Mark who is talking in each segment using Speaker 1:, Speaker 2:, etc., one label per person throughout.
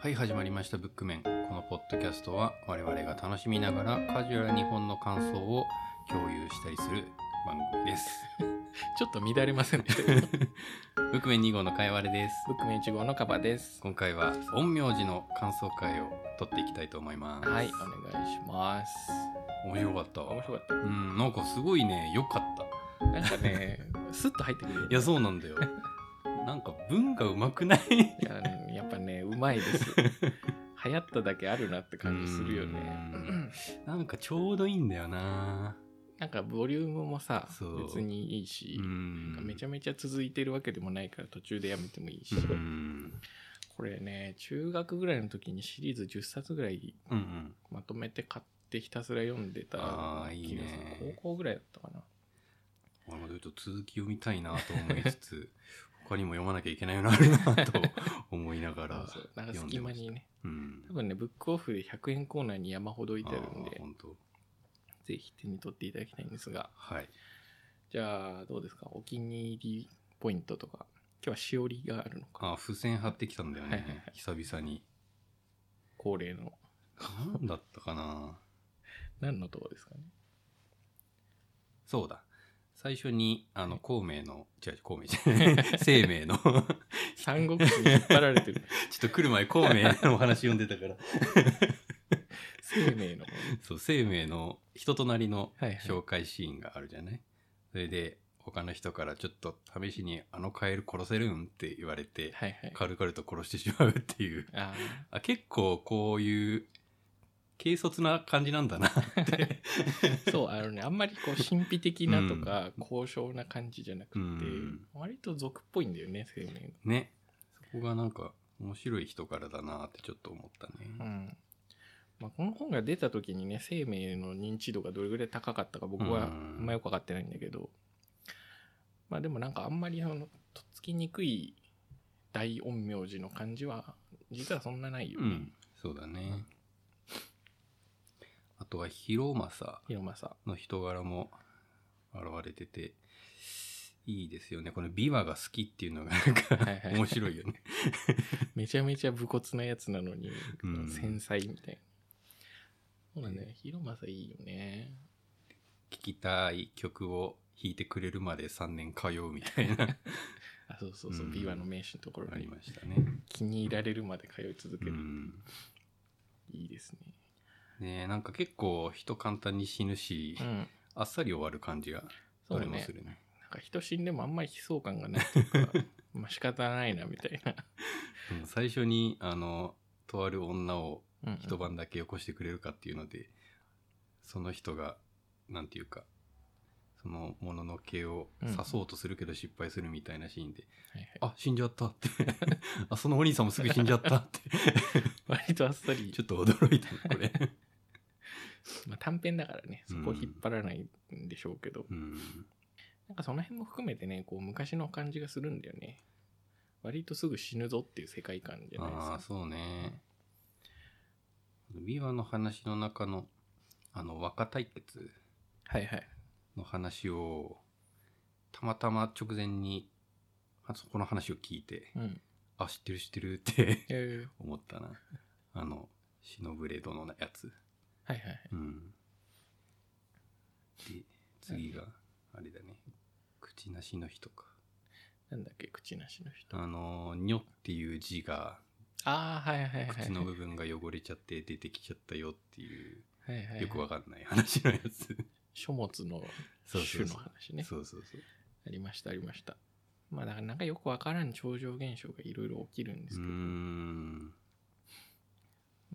Speaker 1: はい、始まりました。ブックメン。このポッドキャストは我々が楽しみながらカジュアルな日本の感想を共有したりする番組です。
Speaker 2: ちょっと乱れませんね。
Speaker 1: ブックメン2号のかいわれです。
Speaker 2: ブックメン1号のカバです。
Speaker 1: 今回は陰陽師の感想会を撮っていきたいと思います。
Speaker 2: はい、お願いします。
Speaker 1: 面白かったわ。
Speaker 2: 面白かっ
Speaker 1: うん、なんかすごいね、良かった。
Speaker 2: た。なんか ね、スッと入ってくるよね。
Speaker 1: いや、そうなんだよ。 なんか文がうまくない
Speaker 2: いやうんやっぱね、うまいですよ。流行っただけあるなって感じするよね
Speaker 1: う。んなんかちょうどいいんだよな。
Speaker 2: なんかボリュームもさ
Speaker 1: そう、
Speaker 2: 別にいいし、
Speaker 1: ん
Speaker 2: めちゃめちゃ続いてるわけでもないから途中でやめてもいいし、
Speaker 1: うん
Speaker 2: これね、中学ぐらいの時にシリーズ10冊ぐらい
Speaker 1: うんうん。
Speaker 2: まとめて買ってひたすら読んでた
Speaker 1: あーいい
Speaker 2: 気
Speaker 1: ね
Speaker 2: がする。高校ぐらいだったかな。
Speaker 1: 俺もずっと続き読みたいなと思いつつ、 他にも読まなきゃいけないのあるな と思いながら
Speaker 2: そうそうなんか
Speaker 1: 読ん
Speaker 2: 隙
Speaker 1: でま
Speaker 2: 間
Speaker 1: した
Speaker 2: にね。
Speaker 1: うん
Speaker 2: 多。分ね、ブックオフで100円コーナーに山ほど置いてあるん
Speaker 1: あー
Speaker 2: で、
Speaker 1: 本当
Speaker 2: ぜひ手に取っていただきたいんですが、
Speaker 1: はい。
Speaker 2: じゃあどうですかお気に入りポイントとか、今日はしおりがあるのか、
Speaker 1: あー、付箋貼ってきたんだよ
Speaker 2: はいはいは
Speaker 1: ね。
Speaker 2: い
Speaker 1: 久々に。
Speaker 2: 恒例の。
Speaker 1: 何だったかな
Speaker 2: 何のとこですかね
Speaker 1: そうだ。最初に、あの、孔明の、違う、孔明じゃない、 生命の、ちょっ
Speaker 2: 三国志に引っ張られてる。
Speaker 1: と来る前、孔明のお話読んでた から、
Speaker 2: 生命の。
Speaker 1: そう、生命の人となりの
Speaker 2: はいはい
Speaker 1: 紹介シーンがあるじゃない。それで、他の人からちょっと試しに、あのカエル殺せるんって言われて、
Speaker 2: はいはい。
Speaker 1: 軽々と殺してしまうって いう。
Speaker 2: あ
Speaker 1: あ結構こういう、軽率な感じなんだな って。
Speaker 2: ーそう、あのね、あんまりこう、神秘的なとか、高尚な感じじゃなくて、
Speaker 1: うん
Speaker 2: 割と俗っぽいんだよね、生命
Speaker 1: ね。そこがなんか、面白い人からだなってちょっと思った
Speaker 2: う
Speaker 1: ね。
Speaker 2: んまあ、この本が出た時にね生命の認知度がどれぐらい高かったか僕はあ
Speaker 1: うん
Speaker 2: んまよく分かってないんだけど、まあでもなんかあんまりそのとっつきにくい大陰陽師の感じは実はそんなないよ
Speaker 1: う
Speaker 2: ね、
Speaker 1: ん、そうだね。あとは、広政
Speaker 2: 広政
Speaker 1: の人柄も現れてて、いいですよね。この琵琶が好きっていうのがなん か
Speaker 2: はいはい
Speaker 1: 面白いよね。
Speaker 2: めちゃめちゃ武骨なやつなのに、
Speaker 1: うん
Speaker 2: 繊細みたいなそうだね広政いいよね
Speaker 1: 聴きたい曲を弾いてくれるまで3年通うみたいな、
Speaker 2: あそうそうそう
Speaker 1: うん
Speaker 2: 琵琶、の名手のところ
Speaker 1: あり
Speaker 2: に
Speaker 1: ました ね。
Speaker 2: 気に入られるまで通い続け
Speaker 1: う
Speaker 2: る、
Speaker 1: ん。
Speaker 2: いいですね
Speaker 1: ねえなんか結構人簡単に死ぬし、
Speaker 2: うん
Speaker 1: あっさり終わる感じが
Speaker 2: そ
Speaker 1: ど
Speaker 2: う
Speaker 1: れ
Speaker 2: ね
Speaker 1: もするね
Speaker 2: なんか人死んでもあんまり悲壮感がないというか、 まあ仕方ないなみたいな。
Speaker 1: うん最初にあのとある女を
Speaker 2: うん
Speaker 1: 一晩だけよこしてくれるかっていうので、その人がなんていうかそのもののけを刺そうとするけど失敗するみたいなシーンで
Speaker 2: はいはい
Speaker 1: 「あ死んじゃった」って あ「そのお兄さんもすぐ死んじゃった」って
Speaker 2: 割とあっさり
Speaker 1: ち、ょっと驚いたねこれ、
Speaker 2: まあ、短編だからね、そこ引っ張らないんでしょうけど、
Speaker 1: うん、
Speaker 2: なんかその辺も含めてね、こう昔の感じがするんだよね。割とすぐ死ぬぞっていう世界観じゃないです
Speaker 1: ああ
Speaker 2: か
Speaker 1: ー。そうね琵琶の話の中のあの若対決
Speaker 2: はいはい。
Speaker 1: の話をたまたま直前にあそこの話を聞いて
Speaker 2: うん。
Speaker 1: あ知ってる知ってるって
Speaker 2: えー
Speaker 1: 思ったなあのシノブレードのやつ
Speaker 2: はいはい。
Speaker 1: うんで次があれだね口なしの人か
Speaker 2: なんだっけ、口なしの人。
Speaker 1: あの「にょ」っていう字が
Speaker 2: ああ、はいはいはい。
Speaker 1: 口の部分が汚れちゃって出てきちゃったよっていう
Speaker 2: はいはい、
Speaker 1: よくわかんない話のやつ
Speaker 2: 書物の
Speaker 1: そうそ
Speaker 2: 種
Speaker 1: う
Speaker 2: の
Speaker 1: そう
Speaker 2: 話ね。
Speaker 1: そうそうそう
Speaker 2: ありましたありました。まあだからなんかよくわからん超常現象がいろいろ起きるんです
Speaker 1: うー
Speaker 2: けど、
Speaker 1: ん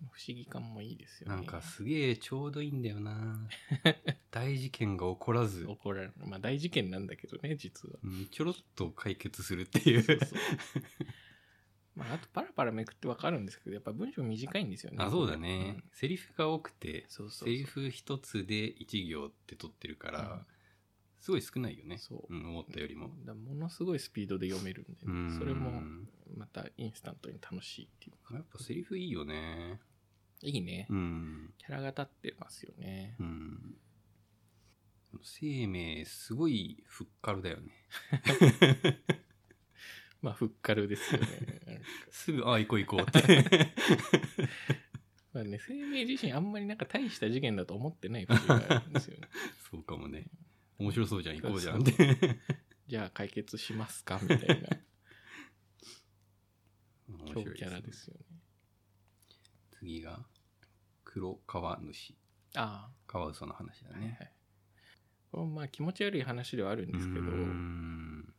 Speaker 2: 不思議感もいいですよ
Speaker 1: な
Speaker 2: ね。
Speaker 1: んかすげえちょうどいいんだよ な大事件が起こらず、
Speaker 2: 怒られる。まあ大事件なんだけどね、実は。
Speaker 1: うんちょろっと解決するっていう
Speaker 2: そうそうまああとパラパラめくってわかるんですけど、やっぱ文章短いんですよね。
Speaker 1: あそうだね、
Speaker 2: うん
Speaker 1: セリフが多くて
Speaker 2: そうそうそう
Speaker 1: セリフ一つで一行って取ってるから、
Speaker 2: うん
Speaker 1: すごい少ないよね
Speaker 2: そう
Speaker 1: うん、思ったよりも、
Speaker 2: だからものすごいスピードで読めるんで、
Speaker 1: うん
Speaker 2: それもまたインスタントに楽しいってい
Speaker 1: やっぱセリフいいよね
Speaker 2: う。いいね。
Speaker 1: うん、
Speaker 2: キャラが立ってますよね。
Speaker 1: うん、生命すごいふっかるだよね
Speaker 2: まあ、ふっかるですよね。
Speaker 1: すぐ、ああ、行こう行こうって。
Speaker 2: まあね、生命自身あんまりなんか大した事件だと思ってない節があるんです よね。
Speaker 1: そうかもね。面白そうじゃん、行こうじゃんって。
Speaker 2: じゃあ解決しますかみたいな
Speaker 1: 面
Speaker 2: 強
Speaker 1: 白い
Speaker 2: キャラですよね。
Speaker 1: 次が、黒川主。
Speaker 2: あ
Speaker 1: カワウソの話だ
Speaker 2: あ、
Speaker 1: ね。
Speaker 2: はい。これもまあ気持ち悪い話ではあるんですけど、
Speaker 1: うーん。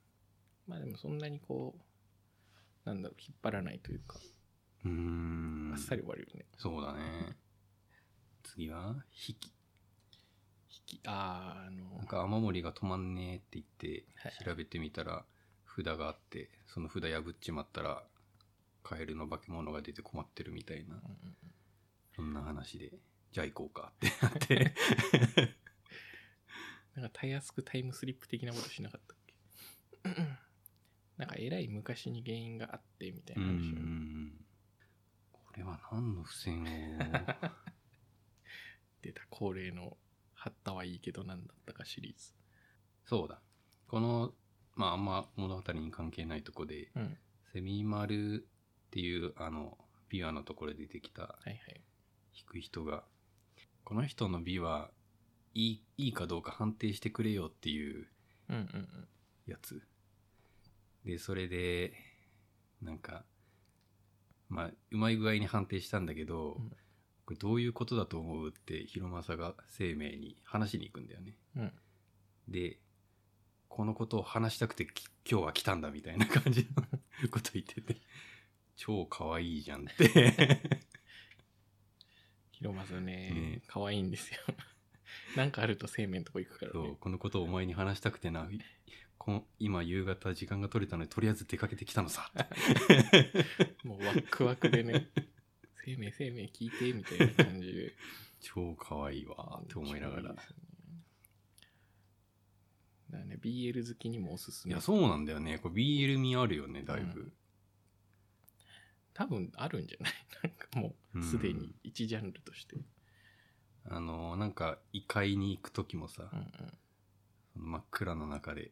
Speaker 2: まあでもそんなにこう、なんだろう、引っ張らないというか、
Speaker 1: うーん
Speaker 2: あっさり終わるよね。
Speaker 1: そうだね。次は、ヒキ。
Speaker 2: 引き、ああ、あの
Speaker 1: なん、か雨漏りが止まんねえって言って
Speaker 2: はい
Speaker 1: 調べてみたら札があってその札破っちまったらカエルの化け物が出て困ってるみたいな
Speaker 2: うんうん
Speaker 1: そんな話でじゃあ行こうかってなって
Speaker 2: なんかたやすくタイムスリップ的なことしなかったっけ なんかえらい昔に原因があってみたいうな話をね、
Speaker 1: んこれは何の付箋を
Speaker 2: 出た恒例の「貼ったはいいけど何だったか」シリーズ。
Speaker 1: そうだこのまああんま物語に関係ないとこで
Speaker 2: うん、
Speaker 1: セミマルっていうあのビワのところで出てきた
Speaker 2: はいはい。
Speaker 1: 弾く人が、この人の美はいいいいかどうか判定してくれよっていう
Speaker 2: うんうんうん。
Speaker 1: やつ。で、それで、なんか、まあ、うまい具合に判定したんだけど、
Speaker 2: うん
Speaker 1: これどういうことだと思うって、ヒロマサが生命に話しに行くんだよね。
Speaker 2: うん
Speaker 1: で、このことを話したくてき今日は来たんだみたいな感じの こと言ってて、超可愛いじゃん って。
Speaker 2: ひろまずね
Speaker 1: ね、
Speaker 2: 可愛いんですよ。 なんかあると生命のとこ行くから
Speaker 1: そ
Speaker 2: ね
Speaker 1: う。このことをお前に話したくてなこん今夕方時間が取れたのでとりあえず出かけてきたの さ
Speaker 2: もうワックワクでね、生命生命聞いてみたいな感 じで。
Speaker 1: 超可愛いわーって思いながら
Speaker 2: いいですよねだからね、BL 好きにもおすす
Speaker 1: い
Speaker 2: め。
Speaker 1: やそうなんだよねこれ BL 味あるよねだいぶ、
Speaker 2: 多分あるんじゃない なんかもうすでに一ジャンルとして。
Speaker 1: あのーなんか異界に行く時もさ、
Speaker 2: うんうん
Speaker 1: その真っ暗の中で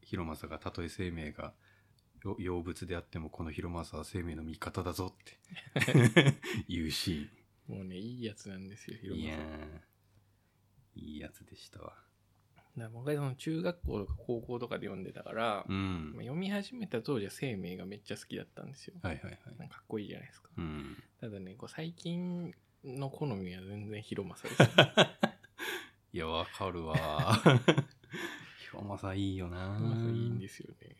Speaker 1: 広政がたとえ生命がよ妖物であってもこの広政は生命の味方だぞって 言うシ
Speaker 2: もうね、いいやつなんですよ、ひ
Speaker 1: ー
Speaker 2: ろ
Speaker 1: ンい
Speaker 2: ま
Speaker 1: や
Speaker 2: さん。
Speaker 1: ーいいやつでしたわ
Speaker 2: だから僕はその中学校とか高校とかで読んでたから、
Speaker 1: う
Speaker 2: まあ
Speaker 1: ん
Speaker 2: 読み始めた当時は生命がめっちゃ好きだったんですよ。
Speaker 1: はいはいはい
Speaker 2: なんかかっこいいじゃないですか。
Speaker 1: うん
Speaker 2: ただね、こう最近の好みは全然広政です、ね。
Speaker 1: いや、わかるわ。 ひろまさいいよな。
Speaker 2: 広政いいんですよね。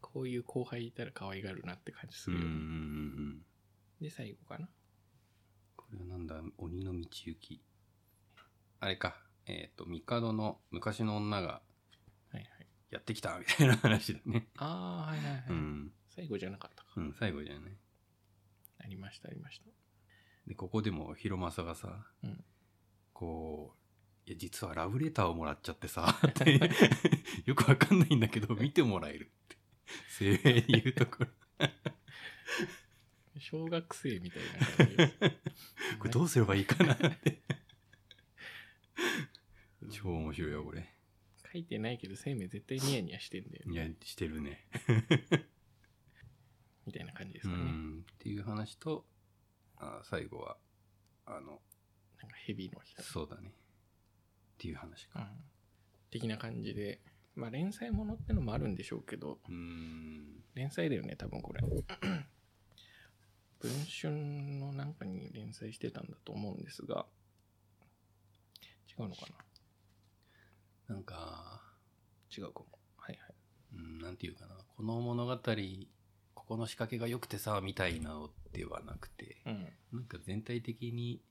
Speaker 2: こういう後輩いたら可愛がるなって感じす
Speaker 1: うん
Speaker 2: る
Speaker 1: うん
Speaker 2: よ、
Speaker 1: う
Speaker 2: ね
Speaker 1: ん。
Speaker 2: で、最後かな。
Speaker 1: これはなんだ、鬼の道行き。あれか、えっ、と、帝の昔の女が
Speaker 2: はいはい。
Speaker 1: やってきたみたいな話だね。
Speaker 2: ああ、はいはいはい。
Speaker 1: うん。
Speaker 2: 最後じゃなかったか。
Speaker 1: うん、最後じゃない。
Speaker 2: ありました、ありました。
Speaker 1: で、ここでもひろまさがさ、
Speaker 2: うん
Speaker 1: こう、いや、実はラブレターをもらっちゃってさ、って よくわかんないんだけど、見てもらえるって。生命に言うところ。
Speaker 2: 小学生みたいな感じで す。
Speaker 1: これどうすればいいかな って。超面白いよ、これ。
Speaker 2: 書いてないけど、生命絶対ニヤニヤしてんだよね。
Speaker 1: いや、してるね。
Speaker 2: みたいな感じです
Speaker 1: う
Speaker 2: かね。
Speaker 1: ん。っていう話と、あ最後は、あの、
Speaker 2: なんかヘビの光。
Speaker 1: そうだね。っていう話
Speaker 2: う
Speaker 1: か。
Speaker 2: ん、的な感じで、まあ、連載ものってのもあるんでしょうけど
Speaker 1: うん。
Speaker 2: 連載だよね多分これ文春のなんかに連載してたんだと思うんですが違うのかな
Speaker 1: なんか、
Speaker 2: 違うかもはいはい
Speaker 1: うん、なんていうかな。この物語、ここの仕掛けが良くてさ、みたいなのではなくて、
Speaker 2: うん
Speaker 1: なんか全体的に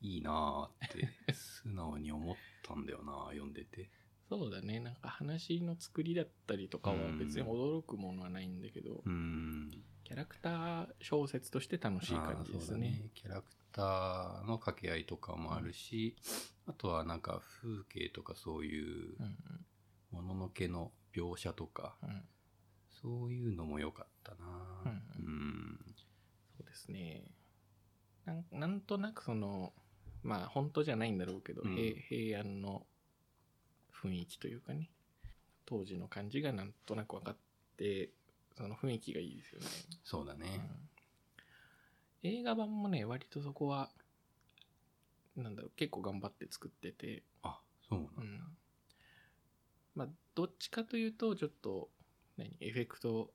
Speaker 1: いいなーって、素直に思ったんだよな、 読んでて。
Speaker 2: そうだねなんか話の作りだったりとかは別に
Speaker 1: うん
Speaker 2: 驚くものはないんだけど、
Speaker 1: うん。
Speaker 2: キャラクター小説として楽しい感じですね
Speaker 1: あーそうだキャラクターの掛け合いとかもあるし、あとはなんか風景とかそういう
Speaker 2: うん
Speaker 1: もののけの描写とか、
Speaker 2: うんうん
Speaker 1: そういうのも良かったな
Speaker 2: うん
Speaker 1: うん
Speaker 2: そうですねなんなんとなくそのまあ本当じゃないんだろうけど、
Speaker 1: うん
Speaker 2: 平平安の雰囲気というかね当時の感じがなんとなく分かっって、その雰囲気がいいですよね。
Speaker 1: そうだ
Speaker 2: う
Speaker 1: ね。
Speaker 2: ん映画版もね、割とそこは、なんだろう、結構頑張って作ってて、
Speaker 1: あ、そうなん
Speaker 2: う
Speaker 1: だ。
Speaker 2: ん。まあ、どっちかというと、ちょっと、何、エフェクト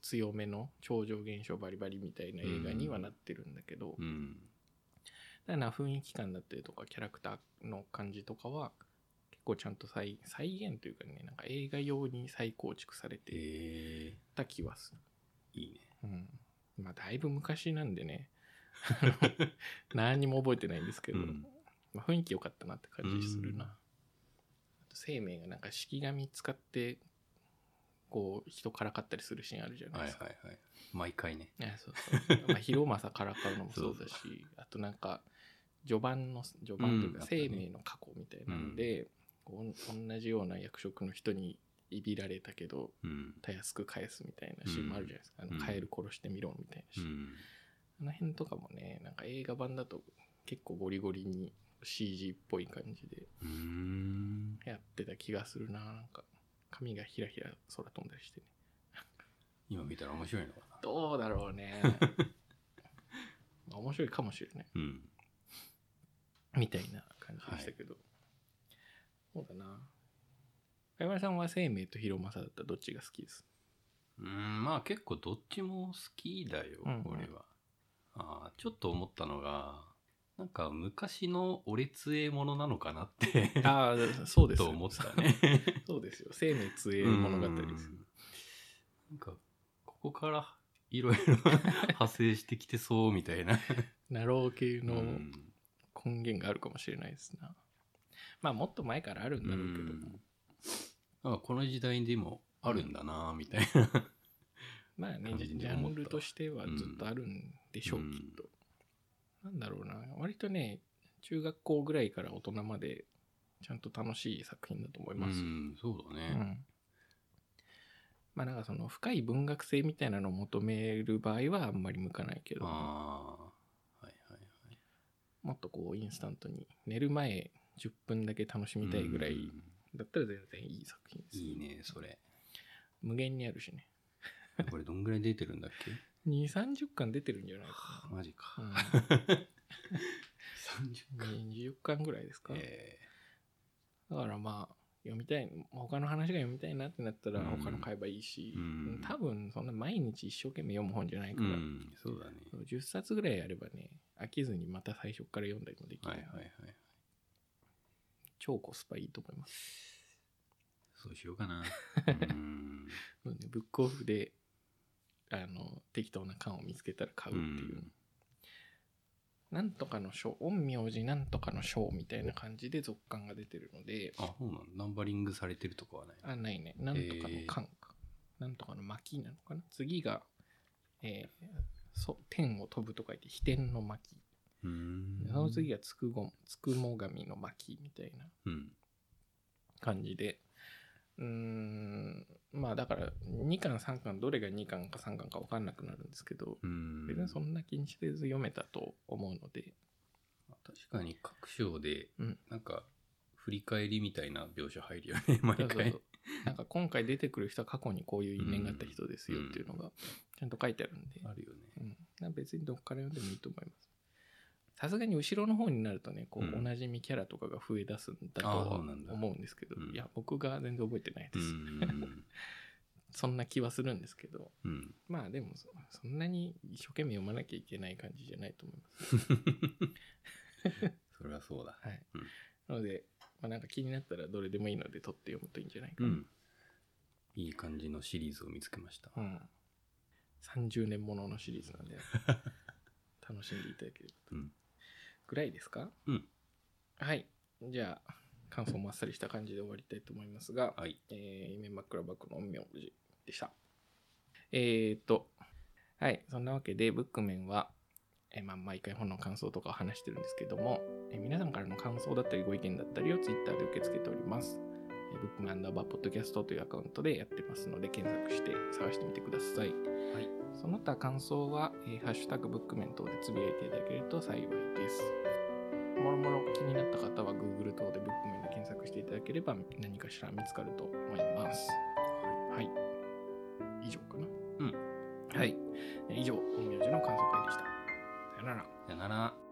Speaker 2: 強めの超常現象バリバリみたいな映画にはなってるんだけど、
Speaker 1: うん。
Speaker 2: だから雰囲気感だったりとかキャラクターの感じとかは結構ちゃんと再再現というかねなんか映画用に再構築されて
Speaker 1: え
Speaker 2: た気はする、
Speaker 1: ー、いいね。
Speaker 2: うん、まあだいぶ昔なんで ね何にも覚えてないんですけど、
Speaker 1: うん
Speaker 2: まあ、雰囲気良かったなって感じするな、
Speaker 1: うん
Speaker 2: あと生命がなんか式紙使ってこう人からかったりするシーンあるじゃない
Speaker 1: はい
Speaker 2: で
Speaker 1: は
Speaker 2: す
Speaker 1: い
Speaker 2: か、
Speaker 1: はい。毎回ね。
Speaker 2: あそうそうまあ、広政からかうのもそうだし
Speaker 1: そう
Speaker 2: あとなんか序盤の序盤という
Speaker 1: うんあ
Speaker 2: か
Speaker 1: ったね
Speaker 2: 生命の過去みたいなので、こう同じような役職の人にいびられたけど
Speaker 1: うん。
Speaker 2: たやすく返すみたいなシーンもあるじゃないですか、
Speaker 1: うん
Speaker 2: あのカエル殺してみろみたいなシ
Speaker 1: う
Speaker 2: ーン、
Speaker 1: ん。
Speaker 2: あの辺とかもねなんか映画版だと結構ゴリゴリに CG っぽい感じで
Speaker 1: うーん。
Speaker 2: やってた気がするななんか髪がひらひら空飛んだりしてね
Speaker 1: 今見たら面白いのかな。
Speaker 2: どうだろうね まあ面白いかもしれない
Speaker 1: うん。
Speaker 2: みたいな感じでしたけど。そうだな。かやまさんは生命と広政だったらどっちが好きです
Speaker 1: うーん、まあ結構どっちも好きだよ、
Speaker 2: うんうん
Speaker 1: 俺は。あーちょっと思ったのが、なんか昔の俺強えものなのかなって、
Speaker 2: ああ、そうです
Speaker 1: と
Speaker 2: よ。
Speaker 1: 思ったね。
Speaker 2: そうですよ。生命杖物語ですよ。
Speaker 1: うんなんか、ここからいろいろ派生してきてそうみたいな。
Speaker 2: ナロー系
Speaker 1: う
Speaker 2: の
Speaker 1: ん
Speaker 2: 根源があるかもしれないですな。まあもっと前からあるんだろうけど。
Speaker 1: なんかこの時代でもあるんだなみたいな。
Speaker 2: まあね、
Speaker 1: 感
Speaker 2: ジ
Speaker 1: じに
Speaker 2: ジ
Speaker 1: 思
Speaker 2: ャ
Speaker 1: った
Speaker 2: ンルとしてはずっとあるんでしょう、
Speaker 1: うん
Speaker 2: きっと。なんだろうな。割とね、中学校ぐらいから大人までちゃんと楽しい作品だと思いうます。
Speaker 1: ん、そうだ
Speaker 2: う
Speaker 1: ね。
Speaker 2: んまあなんかその深い文学性みたいなのを求める場合はあんまり向かないけど、
Speaker 1: ああ、はいはいはい。
Speaker 2: もっとこうインスタントに寝る前10分だけ楽しみたいぐら
Speaker 1: う
Speaker 2: い
Speaker 1: ん
Speaker 2: だったら全然いい作品です。
Speaker 1: いいね、それ。
Speaker 2: 無限にあるしね。
Speaker 1: これどんぐらい出てるんだっけ
Speaker 2: 2、30巻出てるんじゃない
Speaker 1: は
Speaker 2: か
Speaker 1: あマジか。
Speaker 2: な。
Speaker 1: 30
Speaker 2: うん、20巻 ぐらいですか、
Speaker 1: え
Speaker 2: だからまあ読みたい、他の話が読みたいなってなったら
Speaker 1: うん
Speaker 2: 他の買えばいいし、
Speaker 1: うん
Speaker 2: 多分そんな毎日一生懸命読む本じゃない
Speaker 1: ー
Speaker 2: か
Speaker 1: う
Speaker 2: ら、
Speaker 1: ん、そうだね。
Speaker 2: そう10冊ぐらいあればね飽きずにまた最初から読んだりもできる、
Speaker 1: はいはいはい。
Speaker 2: 超コスパいいと思います、
Speaker 1: そうしようか な。うん
Speaker 2: そうね、ブックオフであの適当な缶を見つけたら買うっていう、
Speaker 1: うん
Speaker 2: なんとかの章陰陽師なんとかの章みたいな感じで続刊が出てるので
Speaker 1: あ、そうなのナンバリングされてるとこはない。
Speaker 2: あないねなんとかの缶か、なんとかの巻なのかな次が、えーそう天を飛ぶと書いて飛天の巻
Speaker 1: うーん
Speaker 2: その次がつくごつくも神の巻みたいな
Speaker 1: うん。
Speaker 2: 感じでうーんまあだから2巻3巻どれが2巻か3巻か分かんなくなるんですけど
Speaker 1: うん。
Speaker 2: 別にそんな気にせず読めたと思うので
Speaker 1: 確かに各章で
Speaker 2: うん、
Speaker 1: なんか、振り返りみたいな描写入るよね、 毎
Speaker 2: そうそう
Speaker 1: 回
Speaker 2: そう。なんか今回出てくる人は過去にこういう因縁があった人ですよっていうのがちゃんと書いてあるんで、
Speaker 1: あるよね。
Speaker 2: うん、なんか別にどっから読んでもいいと思いますさすがに後ろの方になるとねこ
Speaker 1: うん
Speaker 2: うおなじみキャラとかが増え出すんだと
Speaker 1: あ
Speaker 2: は
Speaker 1: ーそうなんだ
Speaker 2: 思うんですけど、
Speaker 1: うん
Speaker 2: いや僕が全然覚えてないで
Speaker 1: う
Speaker 2: す、
Speaker 1: ん。
Speaker 2: そんな気はするんですけど
Speaker 1: うん。
Speaker 2: まあでもそそんなに一生懸命読まなきゃいけない感じじゃないと思います。
Speaker 1: それはそうだ。
Speaker 2: はい。
Speaker 1: うん
Speaker 2: なので、まあ、なんか気になったらどれでもいいので取って読むといいんじゃないか
Speaker 1: う
Speaker 2: な。
Speaker 1: ん。いい感じのシリーズを見つけました。
Speaker 2: うん。30年もののシリーズなん で、楽しんでいただければと。
Speaker 1: うん
Speaker 2: ぐらいですか
Speaker 1: うん。
Speaker 2: はい。じゃあ、感想もあっさりした感じで終わりたいと思いますが、
Speaker 1: はい。
Speaker 2: えー、夢枕幕の陰陽師でした。えー、っと、はい、そんなわけで、ブックメンは、えーまあ、毎回本の感想とかを話してるんですけども、えー皆さんからの感想だったりご意見だったりを Twitter で受け付けております。えーブックメンアンダーバーポッドキャストというアカウントでやってますので、検索して探してみてください。
Speaker 1: はい。
Speaker 2: その他感想は、えーハッシュタグブックメン等でつぶやいていただけると幸いです。もろもろ気になった方は Google 等でブックメンで検索していただければ何かしら見つかると思います。はい。以上かな。はい。以上、陰陽師の感想会でした。さよなら。
Speaker 1: さよなら。